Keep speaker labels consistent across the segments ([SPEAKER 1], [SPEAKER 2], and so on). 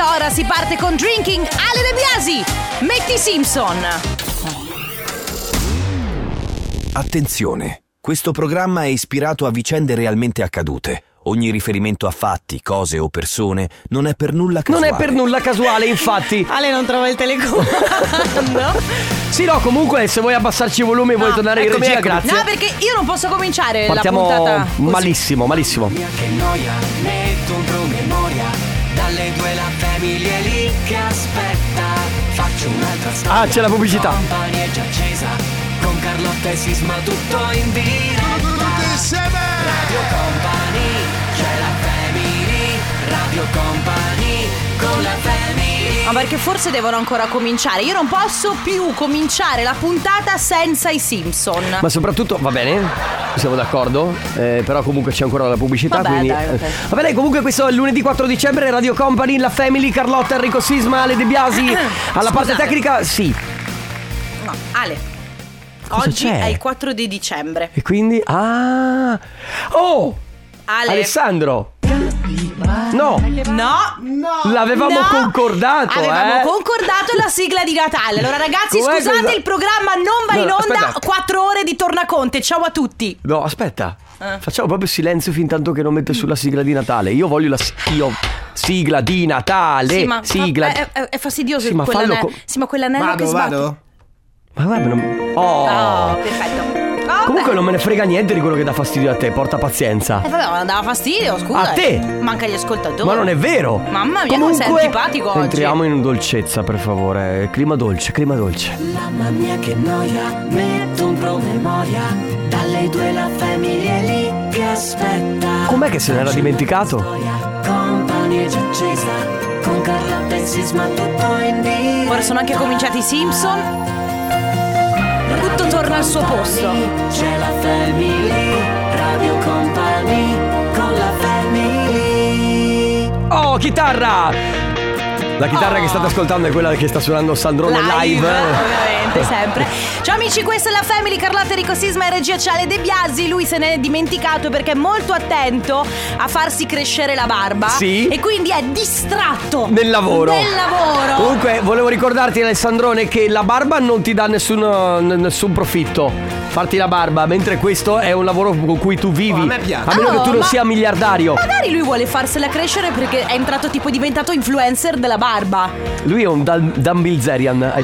[SPEAKER 1] Allora si parte con Drinking Ale De Biasi. Metti Simpson.
[SPEAKER 2] Attenzione, questo programma è ispirato a vicende realmente accadute. Ogni riferimento a fatti, cose o persone non è per nulla
[SPEAKER 3] Non
[SPEAKER 2] casuale.
[SPEAKER 3] è per nulla casuale, infatti.
[SPEAKER 4] Ale non trova il telecomando.
[SPEAKER 3] Sì, no, comunque, se vuoi abbassarci il volume e vuoi tornare in
[SPEAKER 4] eccomi,
[SPEAKER 3] regia,
[SPEAKER 4] eccomi.
[SPEAKER 3] grazie.
[SPEAKER 1] Ah, No, perché io non posso cominciare
[SPEAKER 3] Partiamo
[SPEAKER 1] la puntata. così.
[SPEAKER 3] malissimo, malissimo.
[SPEAKER 5] Che noia, metto un promemoria Dalle due la famiglia è lì che aspetta Faccio un'altra storia
[SPEAKER 3] Ah, c'è la pubblicità.
[SPEAKER 5] Company è già accesa Con Carlotta e Sisma tutto in diretta Radio Company, c'è la family Radio Company, con la family
[SPEAKER 1] Ma perché forse devono ancora cominciare. Io non posso più cominciare la puntata senza i Simpson.
[SPEAKER 3] Ma soprattutto, va bene, siamo d'accordo, eh, però comunque c'è ancora la pubblicità,
[SPEAKER 1] Vabbè,
[SPEAKER 3] quindi... eh,
[SPEAKER 1] dai, ok.
[SPEAKER 3] Va bene, comunque questo è lunedì 4 dicembre, Radio Company, La Family, Carlotta, Enrico Sisma, Ale De Biasi, alla parte
[SPEAKER 1] Scusate.
[SPEAKER 3] tecnica, sì.
[SPEAKER 1] No, Ale. Oggi
[SPEAKER 3] c'è?
[SPEAKER 1] è il 4 di dicembre.
[SPEAKER 3] E quindi... Ah! Oh!
[SPEAKER 1] Ale.
[SPEAKER 3] Alessandro! No!
[SPEAKER 1] No,
[SPEAKER 3] L'avevamo
[SPEAKER 1] no.
[SPEAKER 3] concordato,
[SPEAKER 1] Avevamo
[SPEAKER 3] eh!
[SPEAKER 1] concordato la sigla di Natale. Allora, ragazzi,
[SPEAKER 3] Com'è
[SPEAKER 1] scusate,
[SPEAKER 3] questa-
[SPEAKER 1] il programma non va
[SPEAKER 3] No,
[SPEAKER 1] in
[SPEAKER 3] no,
[SPEAKER 1] onda.
[SPEAKER 3] aspetta.
[SPEAKER 1] 4 ore di tornaconte. Ciao a tutti.
[SPEAKER 3] No, aspetta.
[SPEAKER 1] Eh.
[SPEAKER 3] Facciamo proprio silenzio fin tanto che non metto sulla sigla di Natale. Io voglio la s- io sigla di Natale.
[SPEAKER 1] Sì, ma
[SPEAKER 3] sigla.
[SPEAKER 1] ma- è, è- è fastidioso
[SPEAKER 3] Sì,
[SPEAKER 1] il-
[SPEAKER 3] ma
[SPEAKER 1] quell'anello.
[SPEAKER 3] fallo co-
[SPEAKER 1] Sì, ma quell'anello che
[SPEAKER 6] Vado,
[SPEAKER 1] sbatte.
[SPEAKER 6] vado.
[SPEAKER 3] Ma guarda, non... Oh.
[SPEAKER 1] Oh, perfetto. Vabbè.
[SPEAKER 3] Comunque non me ne frega niente di quello che dà fastidio a te, porta pazienza.
[SPEAKER 1] Eh, vabbè, ma dava fastidio, scusa. eh.
[SPEAKER 3] A te.
[SPEAKER 1] Manca gli ascoltatori.
[SPEAKER 3] Ma non è vero!
[SPEAKER 1] Mamma mia, come
[SPEAKER 3] Comunque,
[SPEAKER 1] sei antipatico oggi.
[SPEAKER 3] Entriamo in dolcezza, per favore. Clima dolce, clima dolce.
[SPEAKER 5] Mamma mia che noia, metto un promemoria Dalle due la famiglia è lì che aspetta
[SPEAKER 3] Com'è che se n'era dimenticato?
[SPEAKER 5] Company è già accesa Con Carlotta e Sisma tutto in diretta
[SPEAKER 1] Ora sono anche cominciati i Simpson. Tutto torna al suo posto.
[SPEAKER 5] C'è la family Radio Company Con la family
[SPEAKER 3] Oh, chitarra! La chitarra
[SPEAKER 1] Oh.
[SPEAKER 3] che state ascoltando è quella che sta suonando Sandrone live.
[SPEAKER 1] ovviamente, sempre. Ciao amici, questa è la Family Carlotta Enrico Sisma e regia Ciale De Biasi. Lui se ne è dimenticato perché è molto attento a farsi crescere la barba.
[SPEAKER 3] Sì.
[SPEAKER 1] E quindi è distratto.
[SPEAKER 3] Nel lavoro.
[SPEAKER 1] Nel lavoro.
[SPEAKER 3] Comunque, volevo ricordarti, Alessandrone, che la barba non ti dà nessun, n- nessun profitto. Farti la barba, mentre questo è un lavoro con cui tu vivi.
[SPEAKER 6] a me piace.
[SPEAKER 3] A meno che tu
[SPEAKER 1] Oh,
[SPEAKER 3] non
[SPEAKER 1] ma-
[SPEAKER 3] sia miliardario.
[SPEAKER 1] Magari lui vuole farsela crescere perché è entrato tipo diventato influencer della barba.
[SPEAKER 3] Lui è un dal- Dumbilzerian, hai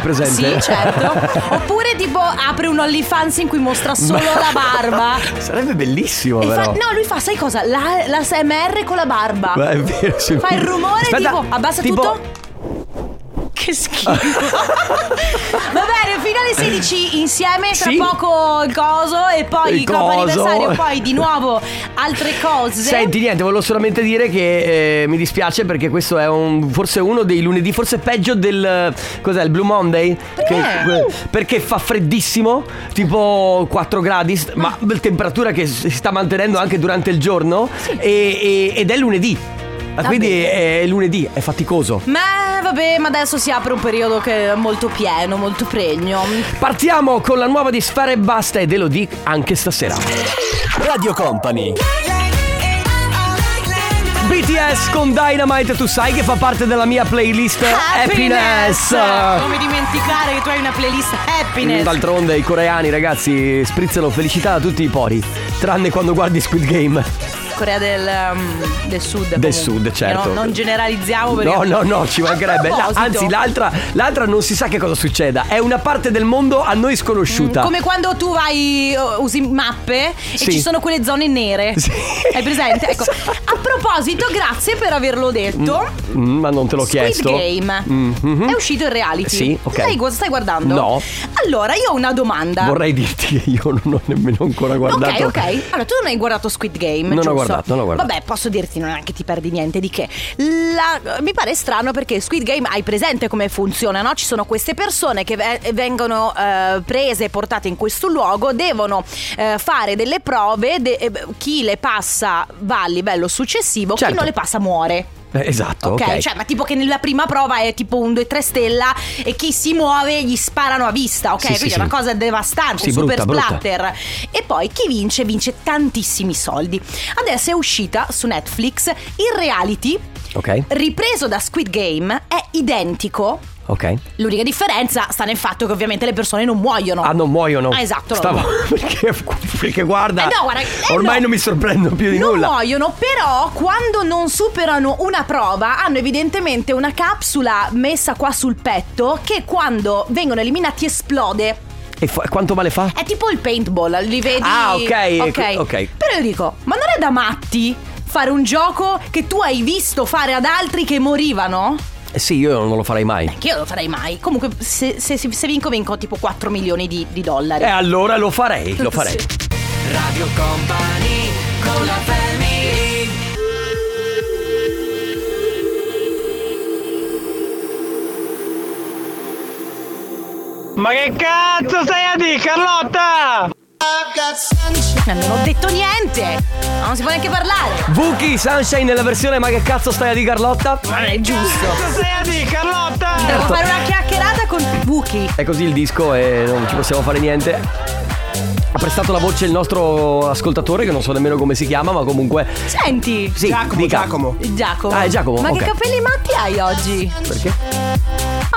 [SPEAKER 1] Sì,
[SPEAKER 3] presente?
[SPEAKER 1] certo. Oppure tipo apre un OnlyFans in cui mostra solo la barba.
[SPEAKER 3] Sarebbe bellissimo,
[SPEAKER 1] E fa-
[SPEAKER 3] però.
[SPEAKER 1] no, lui fa, sai cosa? La, la SMR con la barba.
[SPEAKER 3] Ma è vero, sì.
[SPEAKER 1] Fa il rumore
[SPEAKER 3] Aspetta,
[SPEAKER 1] tipo abbassa
[SPEAKER 3] tipo-
[SPEAKER 1] tutto. Che schifo. Va bene, fino alle 16 insieme, tra
[SPEAKER 3] Sì.
[SPEAKER 1] poco il coso e poi
[SPEAKER 3] Il
[SPEAKER 1] il copo
[SPEAKER 3] coso.
[SPEAKER 1] anniversario, poi di nuovo altre cose.
[SPEAKER 3] Senti, niente, volevo solamente dire che eh, mi dispiace perché questo è un, forse uno dei lunedì, forse peggio del. Cos'è il Blue Monday? Perché, perché fa freddissimo, tipo 4 gradi, st- ma temperatura che si sta mantenendo anche durante il giorno. e- e- ed è lunedì. Ah, Quindi è, è lunedì, è faticoso.
[SPEAKER 1] Ma vabbè, ma adesso si apre un periodo che è molto pieno, molto pregno.
[SPEAKER 3] Partiamo con la nuova di Sfera e Basta ed Elodie anche stasera. Radio Company. BTS con Dynamite, tu sai che fa parte della mia playlist Happiness.
[SPEAKER 1] Come dimenticare che tu hai una playlist happiness.
[SPEAKER 3] Mm, D'altronde i coreani ragazzi sprizzano felicità a tutti i pori, tranne quando guardi Squid Game.
[SPEAKER 1] Corea del, um, del Sud.
[SPEAKER 3] Del
[SPEAKER 1] comunque.
[SPEAKER 3] sud, certo.
[SPEAKER 1] No, non generalizziamo perché.
[SPEAKER 3] No, no, no, ci
[SPEAKER 1] A
[SPEAKER 3] mancherebbe. La-
[SPEAKER 1] proposito,
[SPEAKER 3] Anzi, l'altra, l'altra non si sa che cosa succeda. È una parte del mondo a noi sconosciuta.
[SPEAKER 1] Mm, Come quando tu vai, uh, usi mappe
[SPEAKER 3] Sì.
[SPEAKER 1] e ci sono quelle zone nere.
[SPEAKER 3] Sì. Esatto.
[SPEAKER 1] Hai presente? Ecco. A proposito, grazie per averlo detto.
[SPEAKER 3] Mm, ma non te l'ho
[SPEAKER 1] Squid
[SPEAKER 3] chiesto.
[SPEAKER 1] Game
[SPEAKER 3] Mhm.
[SPEAKER 1] è uscito il reality.
[SPEAKER 3] Sì, ok.
[SPEAKER 1] Lei cosa stai guardando?
[SPEAKER 3] No.
[SPEAKER 1] Allora, io ho una domanda.
[SPEAKER 3] Vorrei dirti che io non ho nemmeno ancora guardato.
[SPEAKER 1] Ok, ok. Allora, tu non hai guardato Squid Game.
[SPEAKER 3] Non ho
[SPEAKER 1] giusto?
[SPEAKER 3] guardato, non ho guardato.
[SPEAKER 1] Vabbè, posso dirti, non è che ti perdi niente di che. La- mi pare strano perché Squid Game hai presente come funziona, no? Ci sono queste persone che ve- vengono eh, prese e portate in questo luogo, devono eh, fare delle prove. de- eh, chi le passa va al livello successivo,
[SPEAKER 3] Certo.
[SPEAKER 1] chi non le passa muore.
[SPEAKER 3] Eh, esatto, ok.
[SPEAKER 1] ok, cioè, ma tipo che nella prima prova è tipo un 2-3 stella e chi si muove gli sparano a vista, ok?
[SPEAKER 3] Sì, sì,
[SPEAKER 1] Quindi è
[SPEAKER 3] sì.
[SPEAKER 1] una cosa devastante,
[SPEAKER 3] Sì,
[SPEAKER 1] un super
[SPEAKER 3] brutta, brutta.
[SPEAKER 1] splatter. E poi chi vince, vince tantissimi soldi. Adesso è uscita su Netflix il reality
[SPEAKER 3] Ok.
[SPEAKER 1] ripreso da Squid Game, è identico.
[SPEAKER 3] Ok.
[SPEAKER 1] L'unica differenza sta nel fatto che ovviamente le persone non muoiono.
[SPEAKER 3] Ah, non muoiono.
[SPEAKER 1] Ah, esatto.
[SPEAKER 3] Stavo. Perché, perché guarda.
[SPEAKER 1] Eh no, guarda, eh
[SPEAKER 3] ormai
[SPEAKER 1] no.
[SPEAKER 3] non mi sorprendo più di
[SPEAKER 1] non
[SPEAKER 3] nulla.
[SPEAKER 1] muoiono, però quando non superano una prova hanno evidentemente una capsula messa qua sul petto che quando vengono eliminati esplode.
[SPEAKER 3] E fa- quanto male fa?
[SPEAKER 1] È tipo il paintball, li vedi?
[SPEAKER 3] Ah, ok, ok.
[SPEAKER 1] Però io dico, ma non è da matti fare un gioco che tu hai visto fare ad altri che morivano?
[SPEAKER 3] Eh sì, io non lo farei mai.
[SPEAKER 1] Che io non lo farei mai. Comunque, se, se- se vinco, vinco tipo 4 milioni di, di dollari.
[SPEAKER 3] E allora lo farei, lo farei.
[SPEAKER 1] Sì.
[SPEAKER 5] Radio Company con la family
[SPEAKER 6] Ma che cazzo stai a dire, Carlotta?
[SPEAKER 1] Ma Non ho detto niente. Ma Non si può neanche parlare.
[SPEAKER 3] Vuki Sunshine nella versione Ma che cazzo stai a di Carlotta?
[SPEAKER 1] Ma non è giusto.
[SPEAKER 6] Cosa stai a dire, Carlotta?
[SPEAKER 5] Eh,
[SPEAKER 1] Devo
[SPEAKER 3] Certo.
[SPEAKER 1] fare una chiacchierata con Buchi.
[SPEAKER 3] È così il disco e non ci possiamo fare niente. Ha prestato la voce il nostro ascoltatore che non so nemmeno come si chiama, ma comunque
[SPEAKER 1] Senti.
[SPEAKER 3] sì,
[SPEAKER 6] Giacomo,
[SPEAKER 3] dica.
[SPEAKER 6] Giacomo.
[SPEAKER 1] Giacomo.
[SPEAKER 3] Ah, è Giacomo,
[SPEAKER 1] Ma
[SPEAKER 3] ok.
[SPEAKER 1] che capelli matti hai oggi?
[SPEAKER 3] Perché?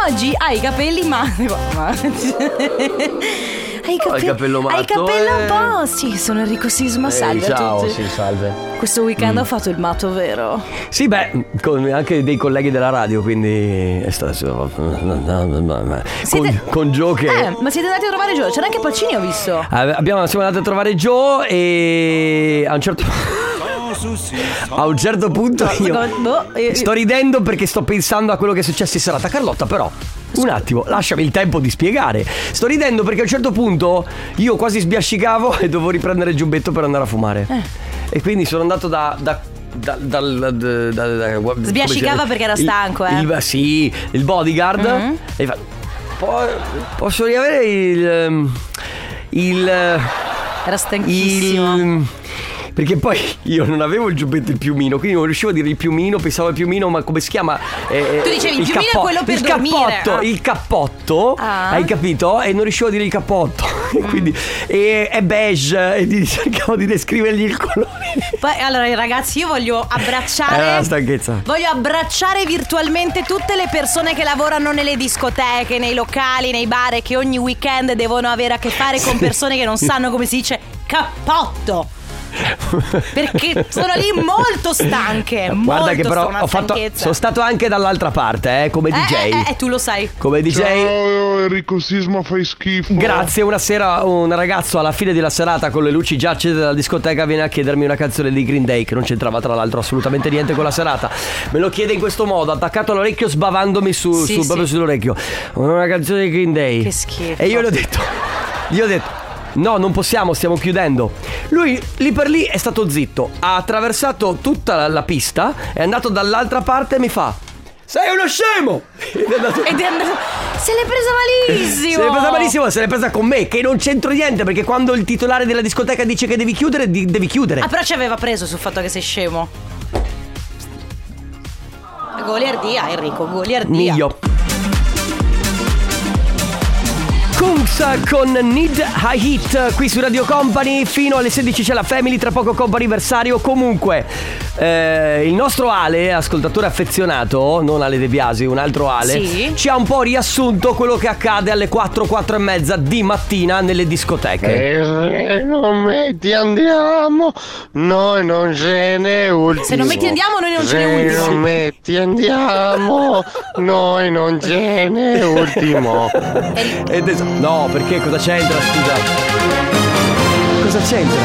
[SPEAKER 1] Oggi hai i capelli matti. Ma... Hai i
[SPEAKER 3] il
[SPEAKER 1] capelli
[SPEAKER 3] capello
[SPEAKER 1] Hai
[SPEAKER 3] matto,
[SPEAKER 1] il capello un
[SPEAKER 3] eh.
[SPEAKER 1] po'. Sì, sono Enrico Sisma. salve
[SPEAKER 3] Ehi, Eh, ciao,
[SPEAKER 1] a tutti.
[SPEAKER 3] sì, salve. Mm.
[SPEAKER 1] Questo weekend ho fatto il matto, vero?
[SPEAKER 3] Sì, beh, mm, con anche dei colleghi della radio, quindi è stato con,
[SPEAKER 1] Siete-
[SPEAKER 3] con Joe che
[SPEAKER 1] Eh, ma siete andati a trovare Gio? C'era anche Pacini, ho visto.
[SPEAKER 3] Ave- Abbiamo, siamo andati a trovare Joe e a un certo A un certo punto io
[SPEAKER 1] Boh, eh,
[SPEAKER 3] sto ridendo perché sto pensando a quello che è successo in serata Carlotta però un attimo, lasciami il tempo di spiegare. Sto ridendo perché a un certo punto io quasi sbiascicavo e dovevo riprendere il giubbetto per andare a fumare.
[SPEAKER 1] Eh.
[SPEAKER 3] E quindi sono andato da. da da, dal- da- da- da- come si
[SPEAKER 1] Sbiascicava
[SPEAKER 3] chiama?
[SPEAKER 1] perché era
[SPEAKER 3] Il-
[SPEAKER 1] stanco, eh. Mm-hmm.
[SPEAKER 3] il- sì, il bodyguard. E fa, "Po- posso riavere il. ehm, il
[SPEAKER 1] Era stanchissimo.
[SPEAKER 3] il... Perché poi io non avevo il giubbetto e il piumino, quindi non riuscivo a dire il piumino, pensavo al piumino, ma come si chiama? Eh, eh,
[SPEAKER 1] Tu dicevi, il piumino è quello per
[SPEAKER 3] il
[SPEAKER 1] dormire.
[SPEAKER 3] Cappotto,
[SPEAKER 1] Ah.
[SPEAKER 3] Il cappotto,
[SPEAKER 1] Ah. Mm.
[SPEAKER 3] hai capito? E non riuscivo a dire il cappotto. E quindi e- è beige e di- cercavo di descrivergli il colore.
[SPEAKER 1] Poi, allora, ragazzi, io voglio
[SPEAKER 3] Era
[SPEAKER 1] abbracciare.
[SPEAKER 3] una Eh, stanchezza.
[SPEAKER 1] Voglio abbracciare virtualmente tutte le persone che lavorano nelle discoteche, nei locali, nei bar e che ogni weekend devono avere a che fare con persone che non sanno come si dice cappotto. Perché sono lì molto stanche.
[SPEAKER 3] Guarda
[SPEAKER 1] molto
[SPEAKER 3] che però
[SPEAKER 1] stanche,
[SPEAKER 3] ho fatto,
[SPEAKER 1] stanchezza.
[SPEAKER 3] sono stato anche dall'altra parte, eh, come
[SPEAKER 1] eh,
[SPEAKER 3] DJ.
[SPEAKER 1] eh, eh, tu lo sai.
[SPEAKER 3] Come DJ.
[SPEAKER 7] Cioè,
[SPEAKER 8] Ciao Enrico Sisma fai schifo.
[SPEAKER 3] Grazie, una sera un ragazzo alla fine della serata con le luci già accese dalla discoteca viene a chiedermi una canzone di Green Day che non c'entrava tra l'altro assolutamente niente con la serata. Me lo chiede in questo modo, attaccato all'orecchio, sbavandomi su,
[SPEAKER 1] Sì,
[SPEAKER 3] su-
[SPEAKER 1] sì.
[SPEAKER 3] proprio sull'orecchio. Una canzone di Green Day.
[SPEAKER 1] Che schifo.
[SPEAKER 3] E io gli ho detto, gli ho detto, no, non possiamo, stiamo chiudendo. Lui lì per lì è stato zitto, ha attraversato tutta la, la pista, è andato dall'altra parte e mi fa, sei uno scemo! Ed è andato
[SPEAKER 1] Ed è andato- Se l'è presa malissimo.
[SPEAKER 3] se l'è presa malissimo, se l'è presa con me, che non c'entro niente, perché quando il titolare della discoteca dice che devi chiudere, di- devi chiudere.
[SPEAKER 1] Ah, però ci aveva preso sul fatto che sei scemo. Goliardia, Enrico, goliardia.
[SPEAKER 3] Miglio. Kungs con Need High Hit qui su Radio Company fino alle 16 c'è la Family tra poco compa anniversario comunque eh, il nostro Ale ascoltatore affezionato non Ale De Biasi un altro Ale
[SPEAKER 1] Sì.
[SPEAKER 3] ci ha un po' riassunto quello che accade alle 4 4 e mezza di mattina nelle
[SPEAKER 8] Eh,
[SPEAKER 3] discoteche
[SPEAKER 8] non metti andiamo, noi non ce ne ultimo.
[SPEAKER 1] Se non metti andiamo, noi non ce ne
[SPEAKER 8] Se
[SPEAKER 1] ultimo.
[SPEAKER 8] non metti andiamo, noi non ce ne ultimo.
[SPEAKER 3] Ed es- no, perché cosa c'entra? Scusa. Cosa c'entra?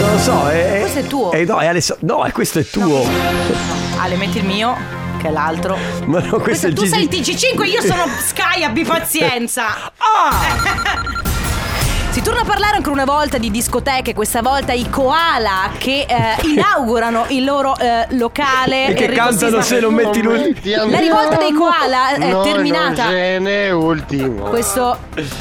[SPEAKER 3] Non lo so, è.
[SPEAKER 1] Questo è tuo.
[SPEAKER 3] eh, no, è Aless- no, eh, questo è tuo.
[SPEAKER 1] Ale, metti il mio, che è l'altro.
[SPEAKER 3] Ma no, questo, è il
[SPEAKER 1] tu
[SPEAKER 3] Gigi-
[SPEAKER 1] sei il TG5, io sono Sky, abbi pazienza.
[SPEAKER 3] Ah!
[SPEAKER 1] Si torna a parlare ancora una volta di discoteche, questa volta i Koala che eh, inaugurano il loro eh, locale.
[SPEAKER 3] E che
[SPEAKER 1] Enrico
[SPEAKER 3] cantano
[SPEAKER 1] Sisma-
[SPEAKER 3] se non metti lui.
[SPEAKER 1] La rivolta dei koala è
[SPEAKER 8] Noi
[SPEAKER 1] terminata.
[SPEAKER 8] Non ce ne ultimo.
[SPEAKER 1] Questo,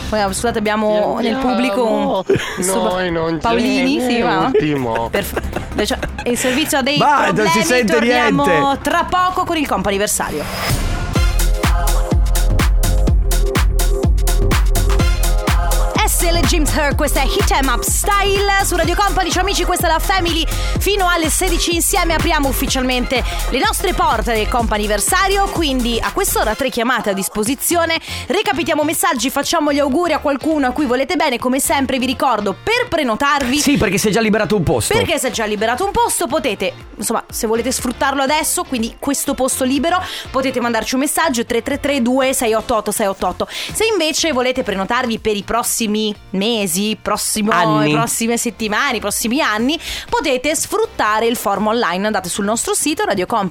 [SPEAKER 1] poi, ah, scusate, abbiamo nel pubblico un
[SPEAKER 8] Noi non
[SPEAKER 1] Paolini,
[SPEAKER 8] ce
[SPEAKER 1] sì,
[SPEAKER 8] ne
[SPEAKER 1] va?
[SPEAKER 8] ultimo.
[SPEAKER 1] Per- cioè, il servizio dei
[SPEAKER 3] Ma non
[SPEAKER 1] problemi
[SPEAKER 3] si sente
[SPEAKER 1] torniamo
[SPEAKER 3] niente.
[SPEAKER 1] tra poco con il comp anniversario. Axel, James Her, questa è Hit Em Up Style su Radio Company, ciao amici, questa è la Family. Fino alle 16 insieme apriamo ufficialmente le nostre porte del companiversario, quindi a quest'ora tre chiamate a disposizione. Recapitiamo messaggi, facciamo gli auguri a qualcuno a cui volete bene, come sempre vi ricordo per prenotarvi
[SPEAKER 3] Sì, perché si è già liberato un posto.
[SPEAKER 1] perché se è già liberato un posto potete, insomma, se volete sfruttarlo adesso, quindi questo posto libero, potete mandarci un messaggio 3332 688 688. Se invece volete prenotarvi per i prossimi mesi, prossimo,
[SPEAKER 3] Anni.
[SPEAKER 1] prossime settimane, i prossimi anni, potete sfruttare il form online. Andate sul nostro sito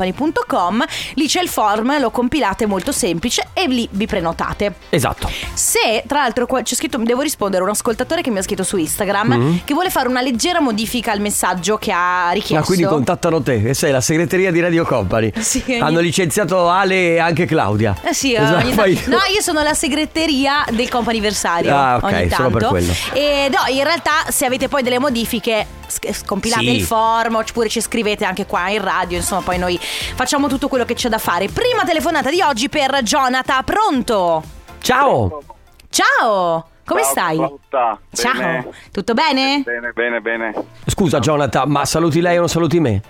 [SPEAKER 1] radiocompany.com, lì c'è il form, lo compilate è molto semplice e lì vi prenotate.
[SPEAKER 3] Esatto.
[SPEAKER 1] Se, tra l'altro, qua- c'è scritto, devo rispondere a un ascoltatore che mi ha scritto su Instagram che vuole fare una leggera modifica al messaggio che ha richiesto.
[SPEAKER 3] Mm. Ah, quindi contattano te, che sei la segreteria di Radio Company.
[SPEAKER 1] Sì, ogni-
[SPEAKER 3] Hanno licenziato Ale e anche Claudia.
[SPEAKER 1] Eh sì, eh,
[SPEAKER 3] Esatto,
[SPEAKER 1] ogni
[SPEAKER 3] poi-
[SPEAKER 1] tanto- No, io sono la segreteria del companiversario.
[SPEAKER 3] Ah, ok,
[SPEAKER 1] ogni
[SPEAKER 3] solo
[SPEAKER 1] tanto.
[SPEAKER 3] per quello.
[SPEAKER 1] E no, in realtà, se avete poi delle modifiche, sc- scompilate
[SPEAKER 3] Sì.
[SPEAKER 1] il form oppure ci scrivete anche qua in radio. Insomma, poi noi facciamo tutto quello che c'è da fare. Prima telefonata di oggi per Jonathan. Pronto?
[SPEAKER 3] Ciao!
[SPEAKER 1] Ciao, come stai? Ciao,
[SPEAKER 9] Ah, Bene,
[SPEAKER 1] tutto bene?
[SPEAKER 9] bene, bene, bene.
[SPEAKER 3] Scusa Jonathan, ma saluti lei o non saluti me?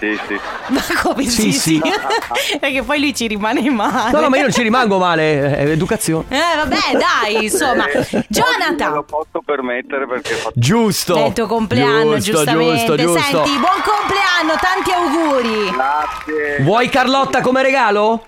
[SPEAKER 9] Sì, sì.
[SPEAKER 1] Ma come sì,
[SPEAKER 3] Sì, sì.
[SPEAKER 1] sì. Perché poi lui ci rimane male.
[SPEAKER 3] No, no, ma io non ci rimango male, è educazione.
[SPEAKER 1] Eh, vabbè, dai, insomma.
[SPEAKER 9] Eh, oggi Me
[SPEAKER 1] Jonathan.
[SPEAKER 9] lo posso permettere perché fa-
[SPEAKER 3] Giusto.
[SPEAKER 1] È il tuo compleanno, giustamente.
[SPEAKER 3] Giusto, giusto.
[SPEAKER 1] Senti, buon compleanno, tanti auguri.
[SPEAKER 9] Grazie.
[SPEAKER 3] Vuoi Carlotta come regalo?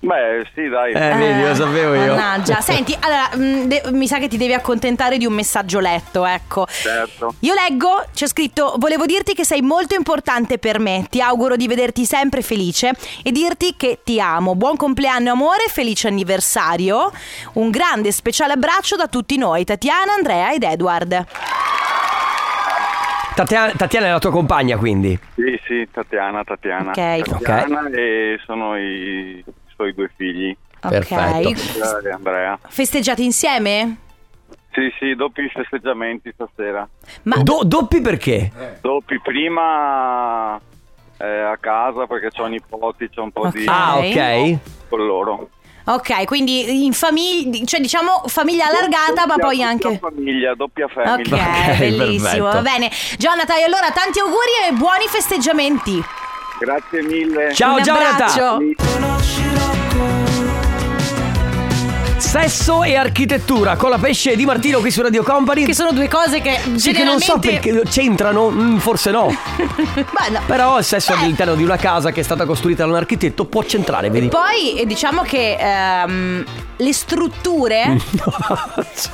[SPEAKER 9] Beh, sì, dai.
[SPEAKER 3] Eh, vedi, lo sapevo io.
[SPEAKER 1] Mannaggia. Senti, allora, mh, de- mi sa che ti devi accontentare di un messaggio letto, ecco.
[SPEAKER 9] Certo.
[SPEAKER 1] Io leggo, c'è scritto, volevo dirti che sei molto importante per me, ti auguro di vederti sempre felice e dirti che ti amo. Buon compleanno amore, felice anniversario, un grande e speciale abbraccio da tutti noi, Tatiana, Andrea ed Edward.
[SPEAKER 3] Tatiana, Tatiana è la tua compagna, quindi.
[SPEAKER 9] Sì, sì, Tatiana, Tatiana.
[SPEAKER 1] Ok.
[SPEAKER 9] Tatiana e sono i suoi due figli,
[SPEAKER 3] Perfetto.
[SPEAKER 1] Ok.
[SPEAKER 9] Andrea e Andrea.
[SPEAKER 1] Festeggiate insieme?
[SPEAKER 9] Sì, sì, doppi festeggiamenti stasera.
[SPEAKER 1] Ma
[SPEAKER 3] Do- doppi perché?
[SPEAKER 9] Doppi prima eh, a casa perché ho nipoti, c'ho un po' di...
[SPEAKER 1] Ok.
[SPEAKER 3] Ah, ok.
[SPEAKER 9] con loro.
[SPEAKER 1] ok, quindi in famiglia, cioè diciamo famiglia allargata, ma
[SPEAKER 9] Doppia-
[SPEAKER 1] poi
[SPEAKER 9] doppia
[SPEAKER 1] anche
[SPEAKER 9] famiglia, doppia
[SPEAKER 1] Ok,
[SPEAKER 9] famiglia.
[SPEAKER 3] Ok,
[SPEAKER 1] bellissimo,
[SPEAKER 3] perfetto.
[SPEAKER 1] va bene. Jonathan, e allora tanti auguri e buoni festeggiamenti.
[SPEAKER 9] Grazie mille.
[SPEAKER 3] Ciao
[SPEAKER 1] Un
[SPEAKER 3] Jonathan.
[SPEAKER 1] abbraccio.
[SPEAKER 3] Sesso e architettura con la pesce di Martino qui su Radio Company.
[SPEAKER 1] Che sono due cose che
[SPEAKER 3] Sì, che non
[SPEAKER 1] generalmente
[SPEAKER 3] so perché c'entrano, mm, forse no.
[SPEAKER 1] Beh, no.
[SPEAKER 3] Però il sesso
[SPEAKER 1] Beh.
[SPEAKER 3] all'interno di una casa che è stata costruita da un architetto può centrare, vedi?
[SPEAKER 1] Poi eh, diciamo che ehm, le strutture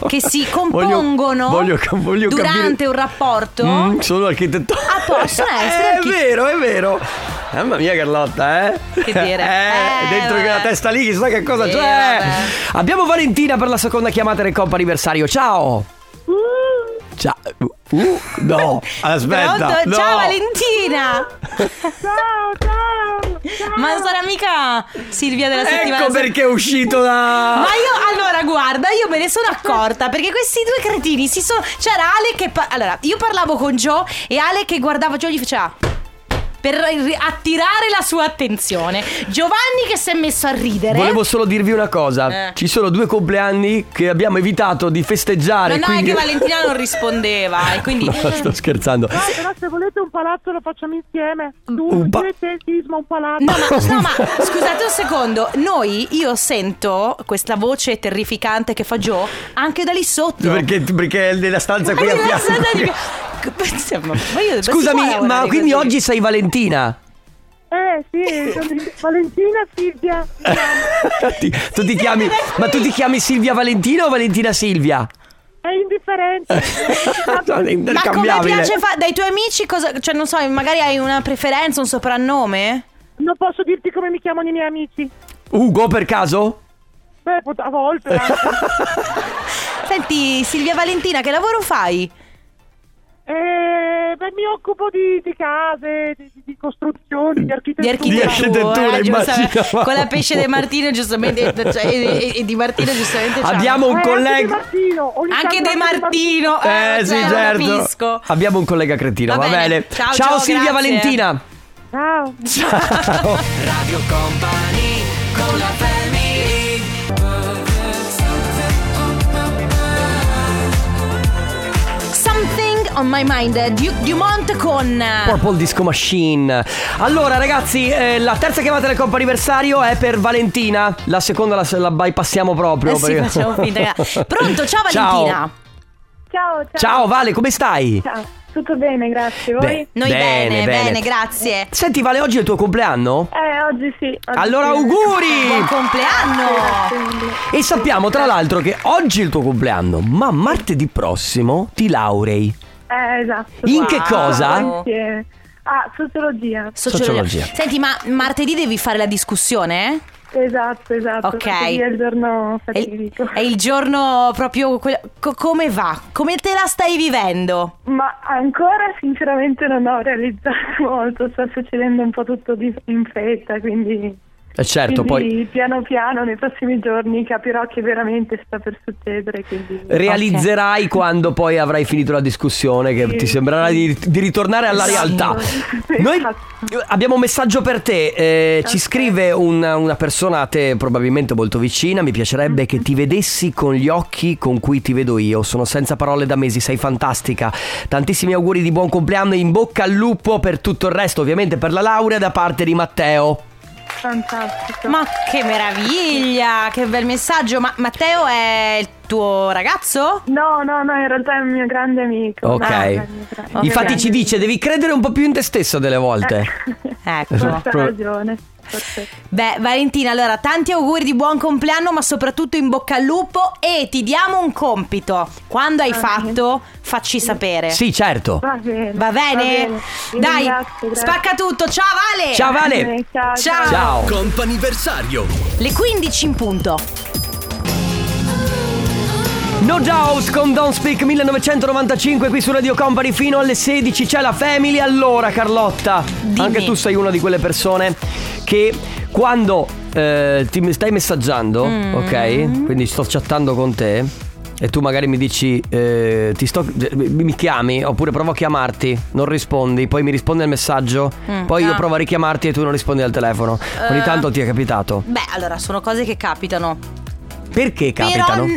[SPEAKER 1] che si compongono
[SPEAKER 3] Voglio- voglio- voglio
[SPEAKER 1] durante
[SPEAKER 3] capire-
[SPEAKER 1] un rapporto
[SPEAKER 3] Mm, sono architetto. Eh,
[SPEAKER 1] Ah, possono essere
[SPEAKER 3] È
[SPEAKER 1] archi-
[SPEAKER 3] vero, è vero. Mamma mia Carlotta, eh?
[SPEAKER 1] Che dire.
[SPEAKER 3] Eh,
[SPEAKER 1] Eh,
[SPEAKER 3] dentro
[SPEAKER 1] vabbè.
[SPEAKER 3] quella testa lì chissà che cosa
[SPEAKER 1] Sì,
[SPEAKER 3] c'è.
[SPEAKER 1] vabbè.
[SPEAKER 3] Abbiamo Valentina per la seconda chiamata del compa anniversario. Ciao. Ciao. Uh, no, aspetta.
[SPEAKER 1] Pronto?
[SPEAKER 3] no.
[SPEAKER 1] Ciao Valentina! Ciao, ciao! Ma sarà mica Silvia della settimana
[SPEAKER 3] Ecco perché è uscito
[SPEAKER 1] Ma
[SPEAKER 3] da
[SPEAKER 1] io allora guarda, io me ne sono accorta perché questi due cretini si sono. C'era Ale che. pa- allora, io parlavo con Joe e Ale che guardava Joe gli faceva. Per ri- attirare la sua attenzione. Giovanni che si è messo a ridere.
[SPEAKER 3] Volevo solo dirvi una cosa.
[SPEAKER 1] Eh.
[SPEAKER 3] Ci sono due compleanni che abbiamo evitato di festeggiare.
[SPEAKER 1] No, no,
[SPEAKER 3] quindi-
[SPEAKER 1] è che Valentina non rispondeva. E quindi.
[SPEAKER 3] No, sto scherzando.
[SPEAKER 7] Ah, però se volete un palazzo lo facciamo insieme. Tu,
[SPEAKER 3] Un pa-
[SPEAKER 7] te, il sisma, un palazzo.
[SPEAKER 1] No, ma, no, ma scusate un secondo, noi io sento questa voce terrificante che fa Joe anche da lì sotto.
[SPEAKER 3] Perché, perché è nella stanza qui a
[SPEAKER 1] Allora,
[SPEAKER 3] fianco.
[SPEAKER 1] guarda, dico, ma- ma io- ma si può
[SPEAKER 3] Scusami,
[SPEAKER 1] lavorare
[SPEAKER 3] ma quindi
[SPEAKER 1] così?
[SPEAKER 3] oggi sei Valentina?
[SPEAKER 7] Eh, sì, sono- Valentina, Silvia.
[SPEAKER 3] Ti- tu ti chiami, ma tu ti chiami Silvia Valentina o Valentina Silvia?
[SPEAKER 7] È indifferente.
[SPEAKER 3] Non è
[SPEAKER 1] Ma come
[SPEAKER 3] intercambiabile.
[SPEAKER 1] piace fa- dai tuoi amici cosa cioè non so, magari hai una preferenza, un soprannome?
[SPEAKER 7] Non posso dirti come mi chiamano i miei amici.
[SPEAKER 3] Ugo per caso?
[SPEAKER 7] Beh, pot- a volte. anche.
[SPEAKER 1] Senti Silvia Valentina, che lavoro fai?
[SPEAKER 7] Eh, beh, mi occupo di, di case, di, di costruzioni, di
[SPEAKER 1] Di
[SPEAKER 7] architettura.
[SPEAKER 1] architettura,
[SPEAKER 3] architettura,
[SPEAKER 1] eh, giustamente.
[SPEAKER 3] immaginavo.
[SPEAKER 1] con la pesce di Martino giustamente cioè, e, e- e di Martino giustamente c'ha-
[SPEAKER 3] Abbiamo un
[SPEAKER 7] Eh, anche di
[SPEAKER 3] collega
[SPEAKER 7] Martino. ogni
[SPEAKER 1] anche
[SPEAKER 7] tanto
[SPEAKER 1] De Martino, eh,
[SPEAKER 3] Eh sì,
[SPEAKER 1] cioè, non
[SPEAKER 3] certo.
[SPEAKER 1] capisco.
[SPEAKER 3] Abbiamo un collega cretino, va,
[SPEAKER 1] Va
[SPEAKER 3] bene.
[SPEAKER 1] bene. Ciao, Gio,
[SPEAKER 3] Silvia
[SPEAKER 1] grazie. Ah.
[SPEAKER 3] Valentina.
[SPEAKER 7] Ciao.
[SPEAKER 5] Radio Company con la family
[SPEAKER 1] on my mind Du- Dumont con eh,
[SPEAKER 3] Purple Disco Machine. Allora, ragazzi, eh, la terza chiamata del compo anniversario è per Valentina. La seconda la, la bypassiamo proprio.
[SPEAKER 1] Eh sì, facciamo finta che- Pronto, ciao Valentina
[SPEAKER 7] Ciao, ciao.
[SPEAKER 3] Ciao Vale, come stai?
[SPEAKER 7] Ciao. Tutto bene, grazie. Voi?
[SPEAKER 3] Beh,
[SPEAKER 1] Noi bene,
[SPEAKER 3] Bene,
[SPEAKER 1] bene,
[SPEAKER 3] bene.
[SPEAKER 1] grazie
[SPEAKER 3] Senti Vale, oggi è il tuo compleanno?
[SPEAKER 7] Eh, oggi sì. oggi
[SPEAKER 3] Allora
[SPEAKER 7] sì.
[SPEAKER 1] Buon
[SPEAKER 3] auguri!
[SPEAKER 1] compleanno
[SPEAKER 3] E sappiamo tra l'altro che oggi è il tuo compleanno, ma martedì prossimo ti laurei.
[SPEAKER 7] Eh, esatto.
[SPEAKER 3] In che cosa?
[SPEAKER 7] Volentieri. Ah, sociologia.
[SPEAKER 1] Sociologia.
[SPEAKER 3] Sociologia.
[SPEAKER 1] Senti, ma martedì devi fare la discussione?
[SPEAKER 7] Esatto, esatto.
[SPEAKER 1] Ok.
[SPEAKER 7] martedì È il giorno
[SPEAKER 1] È il,
[SPEAKER 7] fatidico.
[SPEAKER 1] è il giorno proprio que- co- come va? Come te la stai vivendo?
[SPEAKER 7] Ma ancora sinceramente non ho realizzato molto, sta succedendo un po' tutto di- in fretta, quindi,
[SPEAKER 3] Eh certo, poi
[SPEAKER 7] quindi piano piano nei prossimi giorni capirò che veramente sta per succedere. Quindi...
[SPEAKER 3] realizzerai quando poi avrai finito la discussione che
[SPEAKER 7] Sì.
[SPEAKER 3] ti sembrerà di, di ritornare alla
[SPEAKER 7] Sì.
[SPEAKER 3] realtà.
[SPEAKER 7] Sì.
[SPEAKER 3] Noi abbiamo un messaggio per te, eh, ci scrive una, una persona a te probabilmente molto vicina, mi piacerebbe che ti vedessi con gli occhi con cui ti vedo io, sono senza parole da mesi, sei fantastica, tantissimi auguri di buon compleanno, in bocca al lupo per tutto il resto, ovviamente per la laurea da parte di Matteo.
[SPEAKER 7] Fantastico.
[SPEAKER 1] Ma che meraviglia, che bel messaggio. Ma Matteo è il tuo ragazzo?
[SPEAKER 7] No, no, no, in realtà è un mio grande amico.
[SPEAKER 3] Ok,
[SPEAKER 7] No, è un mio grande- Eh.
[SPEAKER 3] infatti ci dice Eh. devi credere un po' più in te stessa delle volte.
[SPEAKER 1] Ecco.
[SPEAKER 7] Forse ha
[SPEAKER 3] Pro-
[SPEAKER 7] ragione. forse.
[SPEAKER 1] Beh, Valentina, allora tanti auguri di buon compleanno, ma soprattutto in bocca al lupo e ti diamo un compito. Quando
[SPEAKER 7] Ah,
[SPEAKER 1] hai fatto, facci
[SPEAKER 7] Eh.
[SPEAKER 1] sapere.
[SPEAKER 3] Sì, certo.
[SPEAKER 7] Va bene.
[SPEAKER 1] Va bene?
[SPEAKER 7] Vi
[SPEAKER 1] Dai,
[SPEAKER 7] ringrazio, grazie.
[SPEAKER 1] spacca tutto. Ciao Vale.
[SPEAKER 3] Ciao Vale.
[SPEAKER 7] Bene, Ciao.
[SPEAKER 1] Ciao.
[SPEAKER 3] Ciao.
[SPEAKER 5] Comp'anniversario
[SPEAKER 1] Le 15 in punto.
[SPEAKER 3] No Doubt con Don't Speak 1995 qui su Radio Company fino alle 16 c'è la Family. Allora Carlotta, anche tu sei una di quelle persone che quando eh, ti stai messaggiando,
[SPEAKER 1] Mm.
[SPEAKER 3] ok? Quindi sto chattando con te e tu magari mi dici eh, ti sto- mi mi chiami oppure provo a chiamarti, non rispondi, poi mi rispondi al messaggio, poi io
[SPEAKER 1] ah. Eh.
[SPEAKER 3] provo a richiamarti e tu non rispondi al telefono. Ogni tanto ti è capitato.
[SPEAKER 1] Beh, allora sono cose che capitano.
[SPEAKER 3] Perché capitano?
[SPEAKER 1] Però. mm,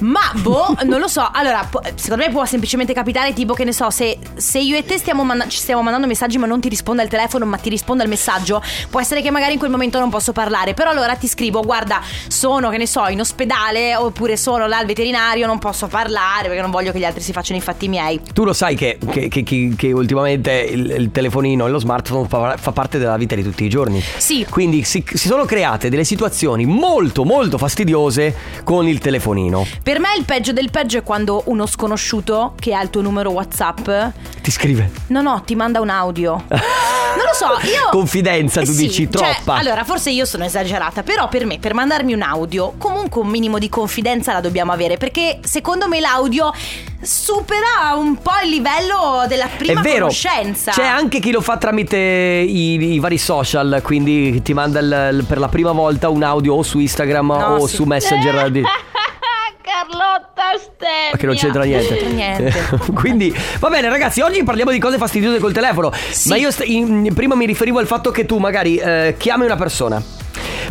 [SPEAKER 1] Ma boh, non lo so. Allora, po- secondo me può semplicemente capitare, tipo che ne so, se, se io e te stiamo manda- ci stiamo mandando messaggi ma non ti risponde al telefono, ma ti risponde al messaggio, può essere che magari in quel momento non posso parlare. Però allora ti scrivo, guarda, sono, che ne so, in ospedale oppure sono là al veterinario, non posso parlare perché non voglio che gli altri si facciano i fatti miei.
[SPEAKER 3] Tu lo sai che, che- che- che- che ultimamente il, il telefonino e lo smartphone fa, fa parte della vita di tutti i giorni.
[SPEAKER 1] Sì.
[SPEAKER 3] Quindi si, si sono create delle situazioni molto molto fastidiose con il telefonino.
[SPEAKER 1] Per me il peggio del peggio è quando uno sconosciuto che ha il tuo numero WhatsApp,
[SPEAKER 3] Ti scrive.
[SPEAKER 1] no, no, ti manda un audio. Non lo so, io.
[SPEAKER 3] Confidenza, tu
[SPEAKER 1] Eh sì,
[SPEAKER 3] dici
[SPEAKER 1] cioè,
[SPEAKER 3] troppa.
[SPEAKER 1] allora, forse io sono esagerata, però per me, per mandarmi un audio, comunque un minimo di confidenza la dobbiamo avere. Perché secondo me l'audio supera un po' il livello della prima
[SPEAKER 3] è vero,
[SPEAKER 1] conoscenza.
[SPEAKER 3] c'è anche chi lo fa tramite i, i vari social, quindi ti manda il- il- per la prima volta un audio o su Instagram
[SPEAKER 1] No,
[SPEAKER 3] o
[SPEAKER 1] sì.
[SPEAKER 3] su Messenger. di-
[SPEAKER 4] Carlotta Stella.
[SPEAKER 3] Ma che non c'entra niente.
[SPEAKER 1] Niente.
[SPEAKER 3] Quindi va bene ragazzi, oggi parliamo di cose fastidiose col telefono. Ma io st- in- prima mi riferivo al fatto che tu magari eh, chiami una persona.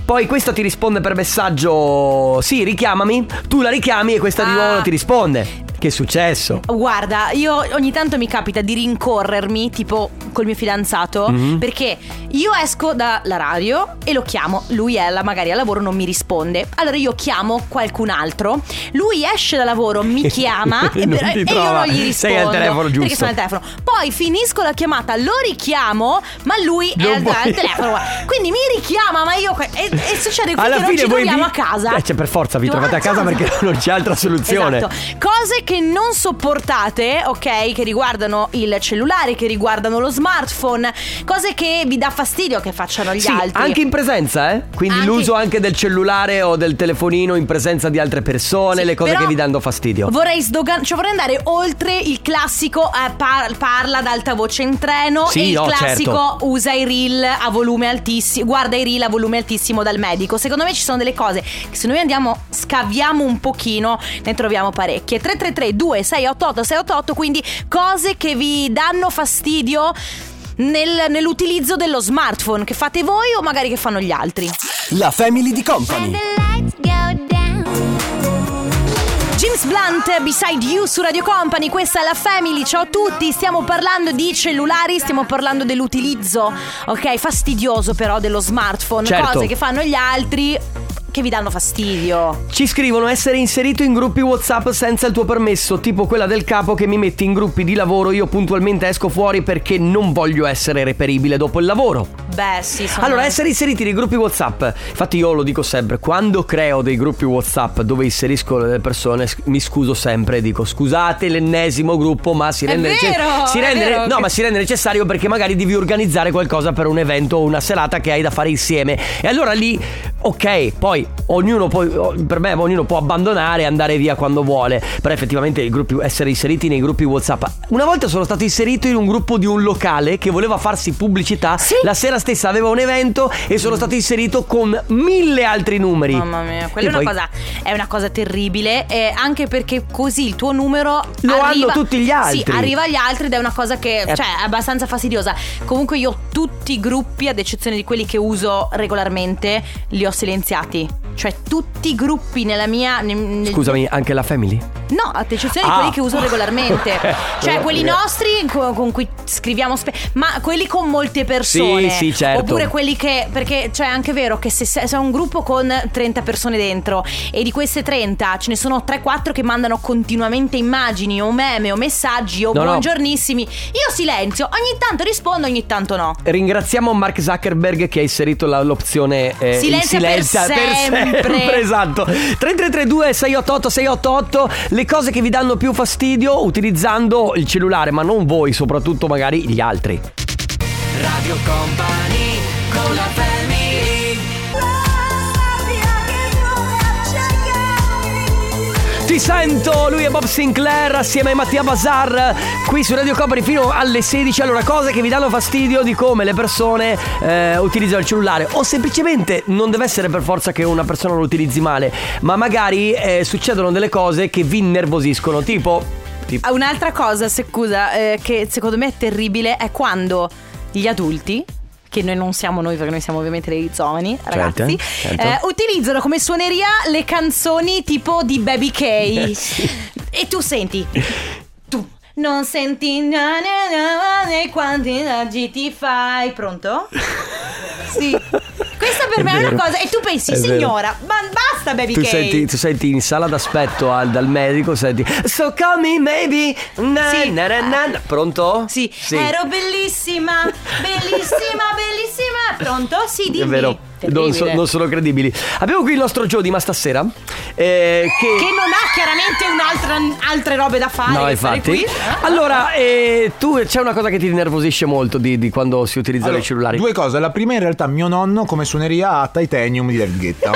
[SPEAKER 3] Poi questa ti risponde per messaggio, sì, richiamami, tu la richiami e questa di
[SPEAKER 1] Ah.
[SPEAKER 3] nuovo non ti risponde. Che è successo?
[SPEAKER 1] Guarda, io ogni tanto mi capita di rincorrermi, tipo col mio fidanzato,
[SPEAKER 3] Mhm.
[SPEAKER 1] perché io esco dalla radio e lo chiamo, lui è alla- magari a lavoro non mi risponde. Allora io chiamo qualcun altro, lui esce da lavoro, mi chiama e,
[SPEAKER 3] Non
[SPEAKER 1] per-
[SPEAKER 3] ti
[SPEAKER 1] e io
[SPEAKER 3] trova.
[SPEAKER 1] non gli rispondo.
[SPEAKER 3] Sei al telefono giusto.
[SPEAKER 1] Perché sono al telefono. Poi finisco la chiamata, lo richiamo, ma lui
[SPEAKER 3] Non
[SPEAKER 1] è al,
[SPEAKER 3] vuoi-
[SPEAKER 1] al telefono. Quindi mi richiama, ma io e, e succede qui
[SPEAKER 3] Alla
[SPEAKER 1] che non
[SPEAKER 3] fine
[SPEAKER 1] ci
[SPEAKER 3] voi
[SPEAKER 1] troviamo a
[SPEAKER 3] vi-
[SPEAKER 1] casa.
[SPEAKER 3] Eh, cioè, per forza vi
[SPEAKER 1] Ci
[SPEAKER 3] trovate a casa
[SPEAKER 1] troviamo
[SPEAKER 3] perché non c'è altra soluzione.
[SPEAKER 1] Esatto. Cose che non sopportate, ok? Che riguardano il cellulare, che riguardano lo smartphone, cose che vi dà fastidio che facciano gli
[SPEAKER 3] Sì,
[SPEAKER 1] altri.
[SPEAKER 3] anche in presenza, eh? Quindi
[SPEAKER 1] Anche-
[SPEAKER 3] l'uso anche del cellulare o del telefonino in presenza di altre persone,
[SPEAKER 1] Sì,
[SPEAKER 3] le cose
[SPEAKER 1] però
[SPEAKER 3] che vi danno fastidio.
[SPEAKER 1] Vorrei sdogan- cioè vorrei andare oltre il classico eh, par- parla ad alta voce in treno
[SPEAKER 3] Sì,
[SPEAKER 1] e il
[SPEAKER 3] no,
[SPEAKER 1] classico
[SPEAKER 3] certo.
[SPEAKER 1] usa i reel a volume altissimo, guarda i reel a volume altissimo dal medico. Secondo me ci sono delle cose che se noi andiamo scaviamo un pochino ne troviamo parecchie. 333 2688 688, quindi cose che vi danno fastidio nel- nell'utilizzo dello smartphone che fate voi o magari che fanno gli altri.
[SPEAKER 2] La Family di Company.
[SPEAKER 1] James Blunt Beside You su Radio Company, questa è la Family, ciao a tutti, stiamo parlando di cellulari, stiamo parlando dell'utilizzo, ok, fastidioso però dello smartphone,
[SPEAKER 3] Certo.
[SPEAKER 1] cose che fanno gli altri che vi danno fastidio.
[SPEAKER 3] Ci scrivono essere inserito in gruppi WhatsApp senza il tuo permesso, tipo quella del capo che mi metti in gruppi di lavoro, io puntualmente esco fuori perché non voglio essere reperibile dopo il lavoro.
[SPEAKER 1] Beh sì, sono...
[SPEAKER 3] Allora, essere inseriti nei gruppi WhatsApp. Infatti, io lo dico sempre: quando creo dei gruppi WhatsApp dove inserisco le persone, s- mi scuso sempre. Dico: scusate, l'ennesimo gruppo, ma si
[SPEAKER 1] È
[SPEAKER 3] rende,
[SPEAKER 1] vero,
[SPEAKER 3] si
[SPEAKER 1] è
[SPEAKER 3] rende-
[SPEAKER 1] vero.
[SPEAKER 3] no, ma si rende necessario perché magari devi organizzare qualcosa per un evento o una serata che hai da fare insieme. E allora lì, ok, poi ognuno può, o- per me, ognuno può abbandonare e andare via quando vuole. Però effettivamente i gruppi- essere inseriti nei gruppi WhatsApp. Una volta sono stato inserito in un gruppo di un locale che voleva farsi pubblicità.
[SPEAKER 1] Sì. Mm.
[SPEAKER 3] La sera stessa aveva un evento e sono stato inserito con mille altri numeri.
[SPEAKER 1] Mamma mia, quella è
[SPEAKER 3] E
[SPEAKER 1] una,
[SPEAKER 3] poi
[SPEAKER 1] cosa, è una cosa terribile, eh, anche perché così il tuo numero...
[SPEAKER 3] Lo hanno
[SPEAKER 1] arriva-
[SPEAKER 3] tutti gli altri.
[SPEAKER 1] Sì, arriva agli altri ed è una cosa che
[SPEAKER 3] Eh.
[SPEAKER 1] cioè, è abbastanza fastidiosa. Comunque io tutti i gruppi, ad eccezione di quelli che uso regolarmente, li ho silenziati. Cioè tutti i gruppi nella mia... nel- nel-
[SPEAKER 3] Scusami, anche la family?
[SPEAKER 1] No, ad eccezione di
[SPEAKER 3] Ah.
[SPEAKER 1] quelli che uso regolarmente.
[SPEAKER 3] Ok.
[SPEAKER 1] Cioè
[SPEAKER 3] Ok.
[SPEAKER 1] quelli nostri co- con cui scriviamo spe- ma quelli con molte persone.
[SPEAKER 3] Sì, sì, certo.
[SPEAKER 1] Oppure quelli che perché cioè è anche vero che se se è un gruppo con 30 persone dentro e di queste 30 ce ne sono 3-4 che mandano continuamente immagini o meme o messaggi o
[SPEAKER 3] No, no.
[SPEAKER 1] buongiornissimi, io silenzio, ogni tanto rispondo, ogni tanto no.
[SPEAKER 3] Ringraziamo Mark Zuckerberg che ha inserito la- l'opzione eh,
[SPEAKER 1] Silenzia
[SPEAKER 3] il silenzio
[SPEAKER 1] per
[SPEAKER 3] sempre.
[SPEAKER 1] sempre.
[SPEAKER 3] Esatto. 3332 688 688 le cose che vi danno più fastidio utilizzando il cellulare, ma non voi, soprattutto magari gli altri. Radio Company con la Ti sento, lui è Bob Sinclair assieme a Mattia Bazar qui su Radio Company fino alle 16. Allora, cose che vi danno fastidio di come le persone eh, utilizzano il cellulare o semplicemente non deve essere per forza che una persona lo utilizzi male, ma magari eh, succedono delle cose che vi innervosiscono, tipo... tipo-
[SPEAKER 1] Ah, Un'altra cosa, se- scusa, eh, che secondo me è terribile è quando gli adulti che noi non siamo noi perché noi siamo ovviamente dei giovani ragazzi
[SPEAKER 3] certo.
[SPEAKER 1] eh, utilizzano come suoneria le canzoni tipo di Baby K
[SPEAKER 3] Eh,
[SPEAKER 1] e tu senti tu non senti na na na na, quanti naggi ti fai pronto? sì questa per
[SPEAKER 3] È
[SPEAKER 1] me è
[SPEAKER 3] vero.
[SPEAKER 1] una cosa e tu pensi
[SPEAKER 3] È vero.
[SPEAKER 1] signora ma basta Baby
[SPEAKER 3] Tu
[SPEAKER 1] K
[SPEAKER 3] senti, tu senti in sala d'aspetto al, dal medico, senti So call me maybe na,
[SPEAKER 1] Sì.
[SPEAKER 3] na, na, na, na." Pronto?
[SPEAKER 1] Sì. Eh, ero bellissima, bellissima, bellissima. Pronto? Sì, dimmi.
[SPEAKER 3] È vero, non,
[SPEAKER 1] Terribile.
[SPEAKER 3] so- non sono credibili. Abbiamo qui il nostro Jody, ma stasera. eh, che...
[SPEAKER 1] Che non ha chiaramente un'altra, altre robe da fare.
[SPEAKER 3] No,
[SPEAKER 1] che stare
[SPEAKER 3] infatti.
[SPEAKER 1] qui.
[SPEAKER 3] Allora, eh, tu c'è una cosa che ti innervosisce molto di, di quando si utilizzano
[SPEAKER 10] Allora,
[SPEAKER 3] i cellulari.
[SPEAKER 10] Due cose. La prima, in realtà, mio nonno come suoneria ha Titanium di David Guetta.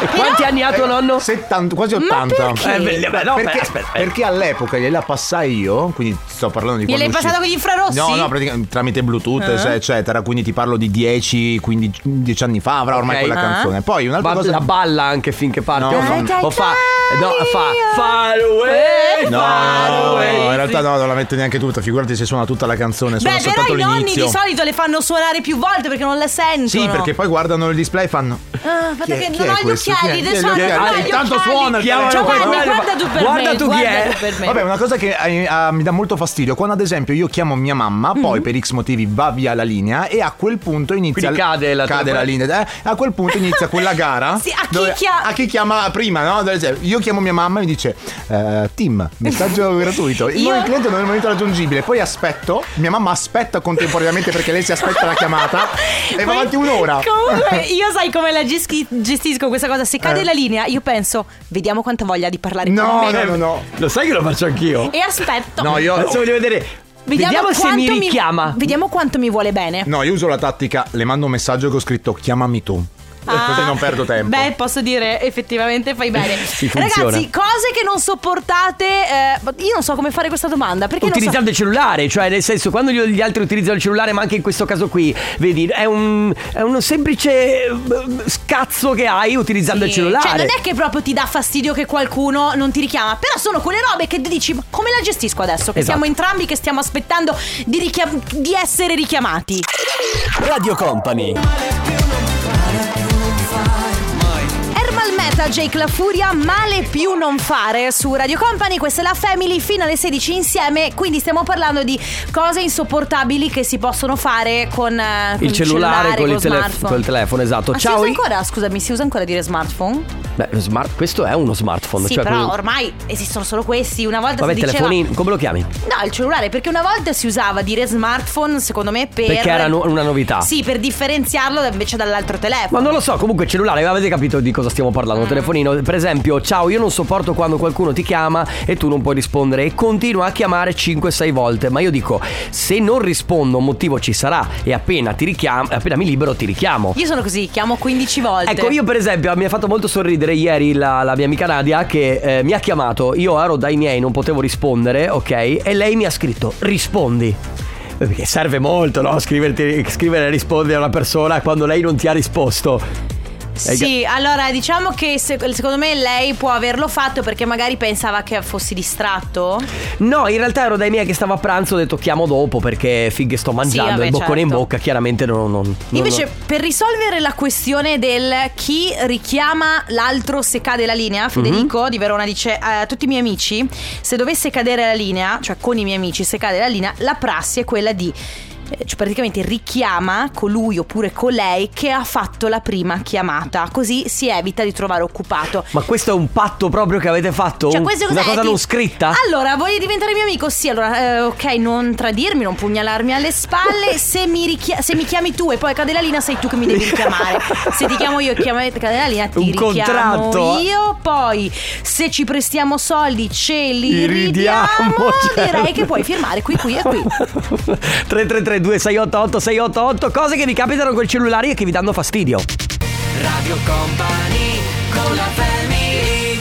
[SPEAKER 3] E quanti anni ha tuo nonno?
[SPEAKER 10] 70, quasi 80.
[SPEAKER 1] perché?
[SPEAKER 3] Eh, beh, beh, no,
[SPEAKER 10] perché,
[SPEAKER 3] beh, aspetta, aspetta.
[SPEAKER 10] perché all'epoca gliela passai io, quindi sto parlando di
[SPEAKER 1] Gliel'hai
[SPEAKER 10] quando uscì-
[SPEAKER 1] passato con gli Ah. infrarossi?
[SPEAKER 10] No, no, praticamente tramite Bluetooth, se- eccetera. Quindi ti parlo di 10, 15, 10 anni fa, avrà ormai
[SPEAKER 3] Ok.
[SPEAKER 10] quella
[SPEAKER 1] Ah.
[SPEAKER 10] canzone. Poi un'altra
[SPEAKER 3] Ba-
[SPEAKER 10] cosa.
[SPEAKER 3] La balla anche finché parte.
[SPEAKER 10] No,
[SPEAKER 3] o
[SPEAKER 10] no,
[SPEAKER 3] fa,
[SPEAKER 1] no.
[SPEAKER 3] o fa, no, fa far away,
[SPEAKER 10] No,
[SPEAKER 3] far away.
[SPEAKER 10] in realtà no, non la mette neanche tutta. Figurati se suona tutta la canzone, suona
[SPEAKER 1] Beh, però
[SPEAKER 10] soltanto
[SPEAKER 1] i nonni
[SPEAKER 10] l'inizio.
[SPEAKER 1] di solito le fanno suonare più volte perché non le sentono.
[SPEAKER 10] sì, perché poi guardano il display e fanno.
[SPEAKER 1] Ah, guarda
[SPEAKER 10] Chi è-
[SPEAKER 1] che
[SPEAKER 10] chi
[SPEAKER 1] non
[SPEAKER 10] è
[SPEAKER 1] ho gli
[SPEAKER 10] questo?
[SPEAKER 1] occhiali.
[SPEAKER 10] Chi è?
[SPEAKER 1] adesso
[SPEAKER 10] Gli
[SPEAKER 1] non
[SPEAKER 10] occhiali.
[SPEAKER 1] ho gli
[SPEAKER 10] Intanto
[SPEAKER 1] occhiali.
[SPEAKER 10] suona il
[SPEAKER 1] Giovanni,
[SPEAKER 3] telefono.
[SPEAKER 1] guarda tu per
[SPEAKER 3] Guarda
[SPEAKER 1] me.
[SPEAKER 3] tu chi
[SPEAKER 1] guarda
[SPEAKER 3] è.
[SPEAKER 1] tu per me.
[SPEAKER 10] Vabbè, una cosa che eh, ah, mi dà molto fastidio quando, ad esempio, io chiamo mia mamma, poi
[SPEAKER 1] Mhm.
[SPEAKER 10] per X motivi va via la linea e a quel punto inizia.
[SPEAKER 3] Quindi cade la telefonata.
[SPEAKER 10] linea. eh, a quel punto inizia quella gara.
[SPEAKER 1] Sì, a chi chia-
[SPEAKER 10] a chi chiama prima, no? Ad esempio, Io chiamo mia mamma e mi dice: eh, Tim, messaggio gratuito. Il
[SPEAKER 1] Io-
[SPEAKER 10] nuovo cliente non è al momento raggiungibile. Poi aspetto, mia mamma aspetta contemporaneamente perché lei si aspetta la chiamata e va
[SPEAKER 1] Poi-
[SPEAKER 10] avanti un'ora.
[SPEAKER 1] Comunque, io sai come la geschi- gestisco questa cosa. Se cade la linea, io penso, vediamo quanta voglia di parlare
[SPEAKER 10] Eh. No,
[SPEAKER 1] con me.
[SPEAKER 10] no, no, no.
[SPEAKER 3] Lo sai che lo faccio anch'io?
[SPEAKER 1] E aspetto.
[SPEAKER 10] No, io-
[SPEAKER 3] Adesso voglio vedere. Vediamo, se mi
[SPEAKER 1] quanto
[SPEAKER 3] richiama.
[SPEAKER 1] Vediamo quanto mi vuole bene.
[SPEAKER 10] No, io uso la tattica, le mando un messaggio che ho scritto chiamami tu.
[SPEAKER 1] Ah.
[SPEAKER 10] Così non perdo tempo.
[SPEAKER 1] Beh, posso dire, effettivamente fai bene.
[SPEAKER 3] Sì, funziona.
[SPEAKER 1] Ragazzi, cose che non sopportate. eh, io non so come fare questa domanda. Perché non so-
[SPEAKER 3] utilizzando il cellulare, cioè nel senso quando gli, gli altri utilizzano il cellulare, ma anche in questo caso qui, vedi, è un, è uno semplice eh, scazzo che hai utilizzando il cellulare.
[SPEAKER 1] Cioè, non è che proprio ti dà fastidio che qualcuno non ti richiama. Però sono quelle robe che ti dici: "Ma come la gestisco adesso? Che
[SPEAKER 3] Esatto.
[SPEAKER 1] siamo entrambi che stiamo aspettando di, richiam- di essere richiamati.
[SPEAKER 2] Radio Company.
[SPEAKER 1] Hermal Meta, Jake La Furia, male più non fare su Radio Company, questa è la Family fino alle 16 insieme, quindi stiamo parlando di cose insopportabili che si possono fare con eh, con
[SPEAKER 3] Il cellulare con
[SPEAKER 1] lo
[SPEAKER 3] il, telef-
[SPEAKER 1] smartphone.
[SPEAKER 3] col telefono, esatto.
[SPEAKER 1] Ma
[SPEAKER 3] Ciao.
[SPEAKER 1] si
[SPEAKER 3] i-
[SPEAKER 1] usa ancora, scusami, si usa ancora dire smartphone?
[SPEAKER 3] Beh, lo smart- questo è uno smartphone.
[SPEAKER 1] sì,
[SPEAKER 3] cioè
[SPEAKER 1] però
[SPEAKER 3] quello-
[SPEAKER 1] ormai esistono solo questi, una volta
[SPEAKER 3] Vabbè,
[SPEAKER 1] si diceva
[SPEAKER 3] telefonino, come lo chiami?
[SPEAKER 1] No, il cellulare, perché una volta si usava dire smartphone, secondo me, per
[SPEAKER 3] Perché era nu- una novità.
[SPEAKER 1] Sì, per differenziarlo da- invece dall'altro telefono.
[SPEAKER 3] Ma non lo so, comunque cellulare, avete capito di cosa stiamo parlando? Telefonino, per esempio, ciao, io non sopporto quando qualcuno ti chiama e tu non puoi rispondere e continua a chiamare 5-6 volte, ma io dico, se non rispondo un motivo ci sarà e appena, ti richiam- appena mi libero ti richiamo.
[SPEAKER 1] Io sono così, chiamo 15 volte.
[SPEAKER 3] Ecco, io per esempio mi ha fatto molto sorridere ieri la, la mia amica Nadia che eh, mi ha chiamato, io ero dai miei, non potevo rispondere, ok? E lei mi ha scritto rispondi. Perché serve molto, no? Scriverti- scrivere e rispondere a una persona quando lei non ti ha risposto. Hai ca-
[SPEAKER 1] Sì, allora diciamo che se- secondo me lei può averlo fatto perché magari pensava che fossi distratto.
[SPEAKER 3] No, in realtà ero dai miei che stavo a pranzo, ho detto chiamo dopo perché fighe sto mangiando,
[SPEAKER 1] vabbè,
[SPEAKER 3] il boccone in
[SPEAKER 1] certo.
[SPEAKER 3] bocca chiaramente non... non- non-
[SPEAKER 1] Invece,
[SPEAKER 3] non-
[SPEAKER 1] per risolvere la questione del chi richiama l'altro se cade la linea, Federico di Verona dice: "Eh, "A Tutti i miei amici, se dovesse cadere la linea, cioè con i miei amici, se cade la linea, la prassi è quella di. eh, cioè, praticamente richiama colui oppure colei che ha fatto la prima chiamata, così si evita di trovare occupato.
[SPEAKER 3] Ma questo è un patto proprio che avete fatto?
[SPEAKER 1] Cioè,
[SPEAKER 3] Un-
[SPEAKER 1] questo
[SPEAKER 3] una
[SPEAKER 1] cos'è? Ah,
[SPEAKER 3] cosa
[SPEAKER 1] Ti-
[SPEAKER 3] non scritta?
[SPEAKER 1] Allora, voglio diventare mio amico? Sì, allora, eh, ok, non tradirmi, non pugnalarmi alle spalle. se, mi richia- se mi chiami tu e poi cade la linea, sei tu che mi devi richiamare. se ti chiamo io e chiama- cade la linea, ti
[SPEAKER 3] Un
[SPEAKER 1] richiamo
[SPEAKER 3] contratto.
[SPEAKER 1] io. Poi, se ci prestiamo soldi, ce li
[SPEAKER 3] Li ridiamo,
[SPEAKER 1] ridiamo. Direi
[SPEAKER 3] certo.
[SPEAKER 1] che puoi firmare qui, qui e qui.
[SPEAKER 3] 333 2688 688 cose che vi capitano col cellulare e che vi danno fastidio.
[SPEAKER 5] Radio Company con la family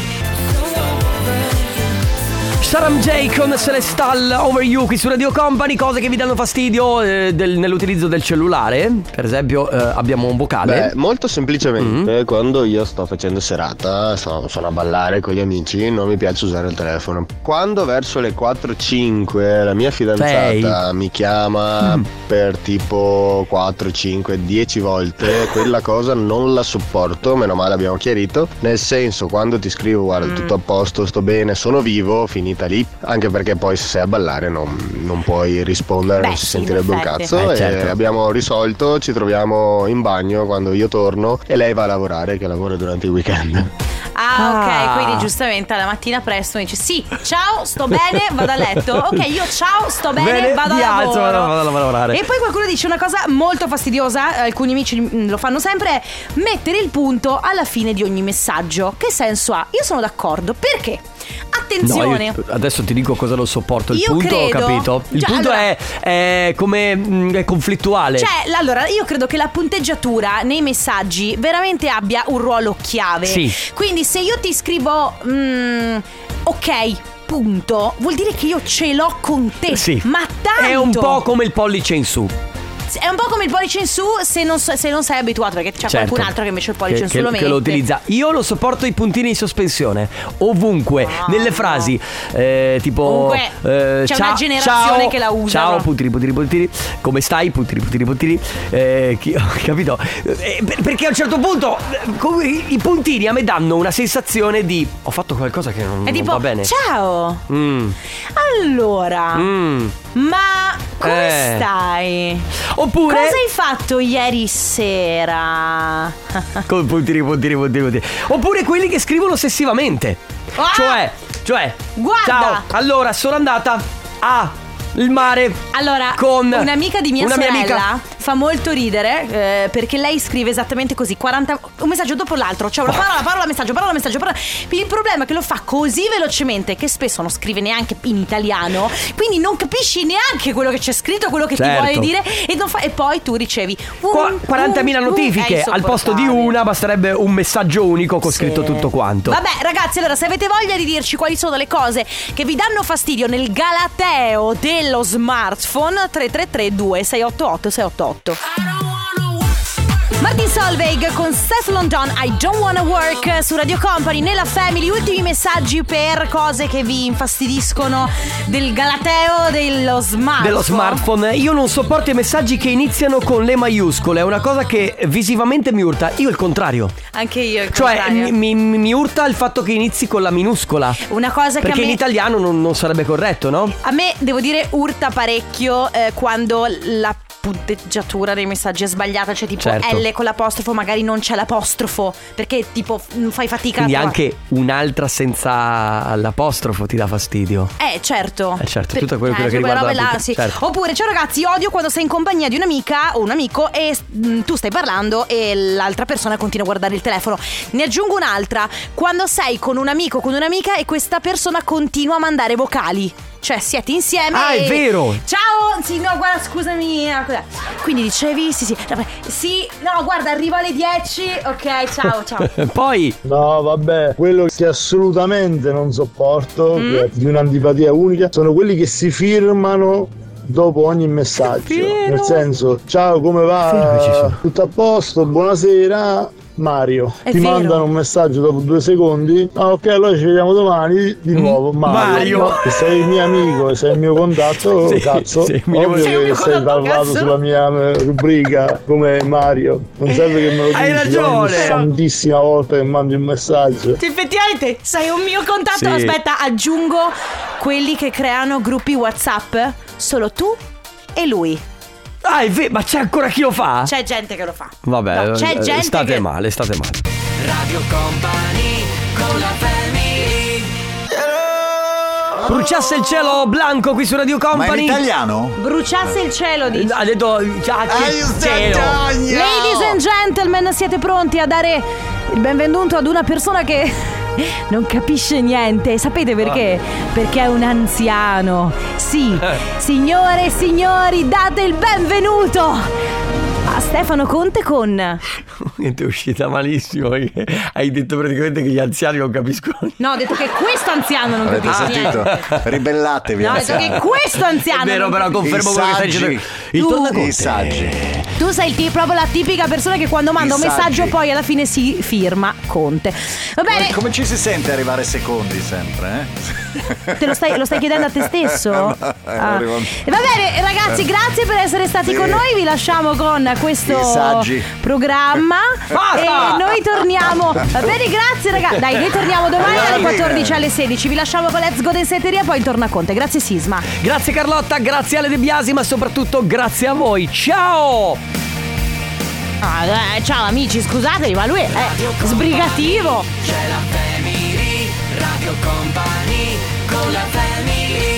[SPEAKER 3] Sharam J con Celestal Over You qui su Radio Company, cose che vi danno fastidio eh, del- nell'utilizzo del cellulare. Per esempio eh, abbiamo un vocale.
[SPEAKER 8] Beh, molto semplicemente, quando io sto facendo serata, sto- sono a ballare con gli amici, non mi piace usare il telefono. Quando verso le 4-5 la mia fidanzata mi chiama per tipo 4, 5, 10 volte, quella cosa non la sopporto, meno male abbiamo chiarito. Nel senso, quando ti scrivo guarda tutto a posto, sto bene, sono vivo, finita lì, anche perché poi se sei a ballare non, non puoi rispondere,
[SPEAKER 1] Beh,
[SPEAKER 8] non si
[SPEAKER 1] sì, in
[SPEAKER 8] sentirebbe un
[SPEAKER 1] effetti.
[SPEAKER 8] cazzo
[SPEAKER 3] Eh,
[SPEAKER 8] e
[SPEAKER 3] certo.
[SPEAKER 8] abbiamo risolto, ci troviamo in bagno quando io torno e lei va a lavorare che lavora durante il weekend.
[SPEAKER 1] Ah,
[SPEAKER 3] Ah.
[SPEAKER 1] ok, quindi giustamente alla mattina presto mi dice sì, ciao, sto bene, vado a letto. Ok, io ciao, sto bene,
[SPEAKER 3] Bene,
[SPEAKER 1] vado a
[SPEAKER 3] mi alzo,
[SPEAKER 1] lavoro.
[SPEAKER 3] vado- vado a lavorare.
[SPEAKER 1] E poi qualcuno dice una cosa molto fastidiosa, alcuni amici mm, lo fanno sempre, è mettere il punto alla fine di ogni messaggio. Che senso ha? Io sono d'accordo, perché?
[SPEAKER 3] No,
[SPEAKER 1] Attenzione.
[SPEAKER 3] io adesso ti dico cosa non sopporto. Il
[SPEAKER 1] Io
[SPEAKER 3] punto ho
[SPEAKER 1] credo-
[SPEAKER 3] capito. Il
[SPEAKER 1] Cioè,
[SPEAKER 3] punto
[SPEAKER 1] allora-
[SPEAKER 3] è, è come mm, è conflittuale.
[SPEAKER 1] Cioè, l- allora, io credo che la punteggiatura nei messaggi veramente abbia un ruolo chiave.
[SPEAKER 3] Sì.
[SPEAKER 1] Quindi se io ti scrivo, mm, ok, punto, vuol dire che io ce l'ho con te.
[SPEAKER 3] Sì.
[SPEAKER 1] Eh Ma tanto.
[SPEAKER 3] È un po' come il pollice in su.
[SPEAKER 1] È un po' come il pollice in su se non, so- se non sei abituato, perché c'è
[SPEAKER 3] Certo.
[SPEAKER 1] qualcun altro che invece il pollice
[SPEAKER 3] Che-
[SPEAKER 1] in su
[SPEAKER 3] che-
[SPEAKER 1] lo mette.
[SPEAKER 3] che lo utilizza. Io lo sopporto i puntini in sospensione. Ovunque,
[SPEAKER 1] Ah,
[SPEAKER 3] nelle
[SPEAKER 1] no.
[SPEAKER 3] frasi. eh, tipo.
[SPEAKER 1] Comunque,
[SPEAKER 3] eh,
[SPEAKER 1] c'è
[SPEAKER 3] "Cia-
[SPEAKER 1] una generazione
[SPEAKER 3] ciao,
[SPEAKER 1] che la usa,
[SPEAKER 3] Ciao,
[SPEAKER 1] no?"
[SPEAKER 3] puntini, puntini, puntini. Come stai? Puntini, puntini, puntini. Eh, chi- ho capito? Eh, per- perché a un certo punto eh, come- i puntini a me danno una sensazione di. Ho fatto qualcosa che non,
[SPEAKER 1] È
[SPEAKER 3] non
[SPEAKER 1] tipo,
[SPEAKER 3] va bene.
[SPEAKER 1] ciao, Ah.
[SPEAKER 3] Mm,
[SPEAKER 1] allora,
[SPEAKER 3] mm.
[SPEAKER 1] ma come
[SPEAKER 3] Eh.
[SPEAKER 1] stai?
[SPEAKER 3] Oppure.
[SPEAKER 1] Cosa hai fatto ieri sera?
[SPEAKER 3] Con puntini, puntini, puntini, puntini. Oppure quelli che scrivono ossessivamente.
[SPEAKER 1] Ah!
[SPEAKER 3] Cioè, cioè.
[SPEAKER 1] Guarda!
[SPEAKER 3] Ciao. Allora, sono andata a il mare.
[SPEAKER 1] Allora,
[SPEAKER 3] Con
[SPEAKER 1] un'amica di mia
[SPEAKER 3] una mia
[SPEAKER 1] sorella
[SPEAKER 3] amica.
[SPEAKER 1] fa molto ridere eh, perché lei scrive esattamente così, 40 un messaggio dopo l'altro, cioè una parola, parola, messaggio, parola, messaggio, parola. Il problema è che lo fa così velocemente che spesso non scrive neanche in italiano, quindi non capisci neanche quello che c'è scritto, quello che
[SPEAKER 3] Certo.
[SPEAKER 1] ti vuole dire e, non fa- e poi tu ricevi un-
[SPEAKER 3] Qua-
[SPEAKER 1] un-
[SPEAKER 3] 40.000
[SPEAKER 1] un- Eh, è
[SPEAKER 3] notifiche al posto di
[SPEAKER 1] insopportabile.
[SPEAKER 3] una basterebbe un messaggio unico con scritto tutto quanto.
[SPEAKER 1] Vabbè, ragazzi, allora se avete voglia di dirci quali sono le cose che vi danno fastidio nel galateo dello smartphone 3332 688 688. Ma Martin Solveig con Seth London I Don't Wanna Work su Radio Company nella Family ultimi messaggi per cose che vi infastidiscono del galateo dello smart
[SPEAKER 3] dello smartphone. Io non sopporto i messaggi che iniziano con le maiuscole, è una cosa che visivamente mi urta. Io il contrario.
[SPEAKER 1] anche io il
[SPEAKER 3] Cioè,
[SPEAKER 1] contrario.
[SPEAKER 3] mi, mi- mi urta il fatto che inizi con la minuscola.
[SPEAKER 1] una cosa
[SPEAKER 3] Perché
[SPEAKER 1] che a
[SPEAKER 3] in
[SPEAKER 1] me
[SPEAKER 3] italiano non, non sarebbe corretto, no?
[SPEAKER 1] A me, devo dire, urta parecchio eh, quando la punteggiatura dei messaggi è sbagliata, cioè tipo
[SPEAKER 3] Certo.
[SPEAKER 1] L con l'apostrofo, magari non c'è l'apostrofo, perché tipo f- fai fatica a
[SPEAKER 3] Quindi
[SPEAKER 1] trovare-
[SPEAKER 3] anche un'altra senza l'apostrofo ti dà fastidio.
[SPEAKER 1] Eh certo
[SPEAKER 3] Eh, certo,
[SPEAKER 1] Per-
[SPEAKER 3] tutto quello-
[SPEAKER 1] eh,
[SPEAKER 3] quello che
[SPEAKER 1] quelle
[SPEAKER 3] riguarda
[SPEAKER 1] robe
[SPEAKER 3] la
[SPEAKER 1] là,
[SPEAKER 3] punta-
[SPEAKER 1] sì.
[SPEAKER 3] certo.
[SPEAKER 1] Oppure, ciao ragazzi, odio quando sei in compagnia di un'amica o un amico e mm, tu stai parlando e l'altra persona continua a guardare il telefono. Ne aggiungo un'altra, quando sei con un amico o con un'amica e questa persona continua a mandare vocali. Cioè siete insieme
[SPEAKER 3] Ah, è
[SPEAKER 1] e-
[SPEAKER 3] vero.
[SPEAKER 1] Ciao Sì no guarda scusami ah, cos'è? Quindi dicevi sì sì no, Sì no guarda arrivo alle 10 Ok ciao ciao
[SPEAKER 3] Poi
[SPEAKER 11] No, vabbè, quello che assolutamente non sopporto,
[SPEAKER 1] Mm?
[SPEAKER 11] che è di un'antipatia unica, sono quelli che si firmano dopo ogni messaggio. Nel senso, ciao, come va? Tutto a posto, buonasera. Mario,
[SPEAKER 1] È
[SPEAKER 11] ti
[SPEAKER 1] vero.
[SPEAKER 11] mandano un messaggio dopo due secondi. Ah, ok, allora ci vediamo domani. Di nuovo, Mario.
[SPEAKER 3] mm, Mario.
[SPEAKER 11] Che sei il mio amico, che sei il mio contatto.
[SPEAKER 3] Sì,
[SPEAKER 11] cazzo,
[SPEAKER 3] sì, mi-
[SPEAKER 11] ovvio
[SPEAKER 3] sei il mio
[SPEAKER 11] che sei
[SPEAKER 3] contatto,
[SPEAKER 11] valvato
[SPEAKER 3] cazzo.
[SPEAKER 11] sulla mia eh, rubrica come Mario. Non serve che me lo
[SPEAKER 3] Hai
[SPEAKER 11] dici,
[SPEAKER 3] ragione.
[SPEAKER 11] Ogni tantissima volta che mandi un messaggio.
[SPEAKER 1] Effettivamente sei un mio contatto.
[SPEAKER 11] Sì.
[SPEAKER 1] Aspetta, aggiungo quelli che creano gruppi WhatsApp. Solo tu e lui.
[SPEAKER 3] Ah, è ve- ma c'è ancora chi lo fa?
[SPEAKER 1] C'è gente che lo fa.
[SPEAKER 3] Vabbè,
[SPEAKER 1] No, c'è
[SPEAKER 3] eh,
[SPEAKER 1] gente
[SPEAKER 3] state
[SPEAKER 1] che-
[SPEAKER 3] male, state male.
[SPEAKER 5] Radio Company con la family
[SPEAKER 3] Bruciasse il cielo blanco qui su Radio Company.
[SPEAKER 10] in italiano?
[SPEAKER 1] Bruciasse il cielo di.
[SPEAKER 3] Ha detto ciacci il cielo.
[SPEAKER 1] Ladies and gentlemen, siete pronti a dare il benvenuto ad una persona che non capisce niente. Sapete perché?
[SPEAKER 3] Ah.
[SPEAKER 1] Perché è un anziano. Sì,
[SPEAKER 3] Eh.
[SPEAKER 1] signore e signori, date il benvenuto a Stefano Conte con.
[SPEAKER 3] Niente, è uscita malissimo. perché Hai detto praticamente che gli anziani non capiscono.
[SPEAKER 1] No, ho detto che questo anziano non
[SPEAKER 3] Avete
[SPEAKER 1] capisce niente.
[SPEAKER 3] sentito?
[SPEAKER 12] Ribellatevi.
[SPEAKER 1] No, ho detto che questo anziano.
[SPEAKER 3] È vero,
[SPEAKER 1] non
[SPEAKER 3] però
[SPEAKER 1] capisce.
[SPEAKER 12] I
[SPEAKER 3] confermo quello che stai
[SPEAKER 12] saggi.
[SPEAKER 3] dicendo. Il
[SPEAKER 12] Tu-
[SPEAKER 3] tornaconte.
[SPEAKER 12] I saggi.
[SPEAKER 1] Tu sei il ti- proprio la tipica persona che quando manda un
[SPEAKER 12] I saggi.
[SPEAKER 1] messaggio poi alla fine si firma Conte. Va bene,
[SPEAKER 12] Come ci si sente arrivare secondi sempre? Eh?
[SPEAKER 1] Te lo stai, lo stai chiedendo a te stesso?
[SPEAKER 12] No, eh,
[SPEAKER 1] Ah.
[SPEAKER 12] arrivo- Eh.
[SPEAKER 1] E Va bene, ragazzi, grazie per essere stati
[SPEAKER 12] Sì.
[SPEAKER 1] con noi. Vi lasciamo con questo
[SPEAKER 12] I saggi.
[SPEAKER 1] programma.
[SPEAKER 5] Basta!
[SPEAKER 1] E noi torniamo. Va bene, grazie, ragazzi. Dai, noi torniamo domani
[SPEAKER 3] Alla
[SPEAKER 1] alle
[SPEAKER 3] fine.
[SPEAKER 1] 14 alle 16. Vi lasciamo con Let's Go Densetteria, poi torna Conte. Grazie, Sisma.
[SPEAKER 3] Grazie Carlotta, grazie Ale De Biasi, ma soprattutto grazie a voi. Ciao!
[SPEAKER 1] Ah, eh, ciao, amici, scusatemi, ma lui è eh, sbrigativo.
[SPEAKER 5] C'è la family Radio Company con la family